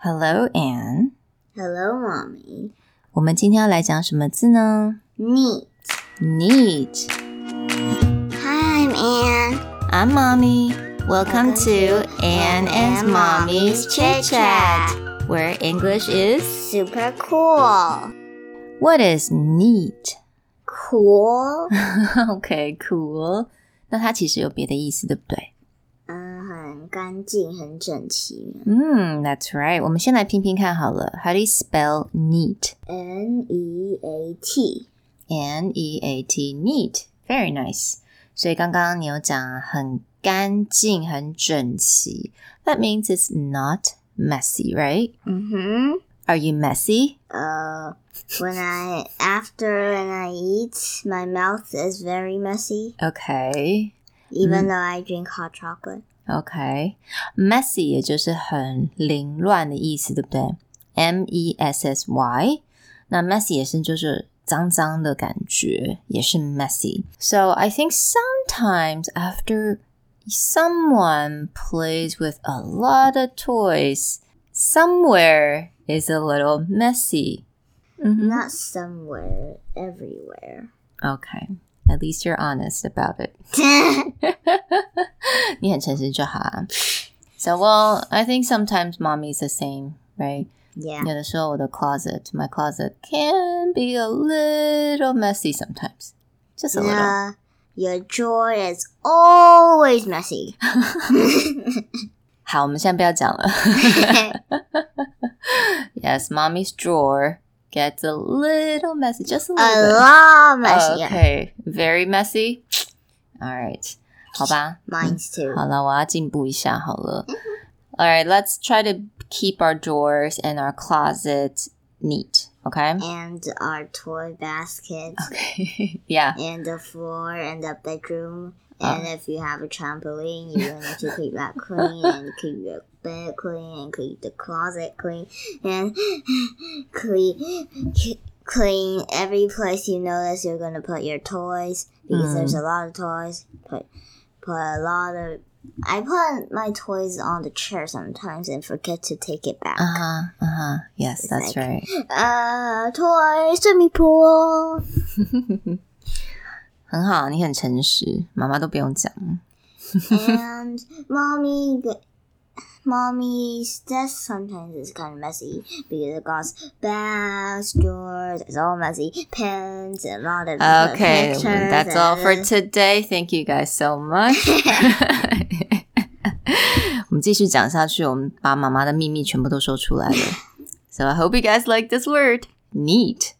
Hello, Anne。 Hello, mommy. 我们今天要来讲什么字呢 Neat. ？Neat。 Hi, I'm Anne. I'm Mommy. Welcome to Anne and Mommy's Chit Chat, where English is. Super cool. What is neat? Cool. okay, cool. 那它其实有别的意思，对不对？嗯，Uh, 很干净，很整齐。嗯，That's right。我们先来拼拼看好了。How do you spell neat? N E A T. N E A T neat. Very nice. 所以刚刚你有讲很干净、很整齐。That means it's not messy, right? Mm-hmm. Are you messy? Uh, when I after when I eat, my mouth is very messy. Okay. Even Mm-hmm. though I drink hot chocolate. OK, messy 也就是很凌乱的意思，对不对？M E S S Y，那 messy 也是就是脏脏的感觉，也是 messy。So I think sometimes after someone plays with a lot of toys, somewhere is a little messy. 嗯哼 Not somewhere, everywhere. OK, at least you're honest about it. 你很诚实就好啊。So well, I think sometimes mommy is the same, right? yeah. the closet, my closet can be a little messy sometimes, just a little. Uh, your drawer is always messy. 好，我们现在不要讲了。yes, mommy's drawer gets a little messy, just a A little. bit. lot messier. Okay, very messy. All right, 好吧。 Mine's too. Uh-huh. 好了，我要进步一下好了。Alright, Mm-hmm. let's try to keep our doors and our closet neat, okay? And our toy basket. Okay. yeah. And the floor and the bedroom. And if you have a trampoline, you will need to keep that clean and keep your bed clean and keep the closet clean and clean clean every place you notice you're gonna put your toys because there's a lot of toys. Put put a lot of I put my toys on the chair sometimes and forget to take it back. Uh-huh. Uh-huh. Yes, that's like- right. Uh, toys, swimming pool. 很好，你很诚实，妈妈都不用讲。 and mommy mommy's desk sometimes is kind of messy because it got bags, drawers, it's all messy, pens, a lot of Okay, pictures. that's all for and- today. Thank you guys so much. 我们继续讲下去，我们把妈妈的秘密全部都说出来了。So I hope you guys like this word, neat.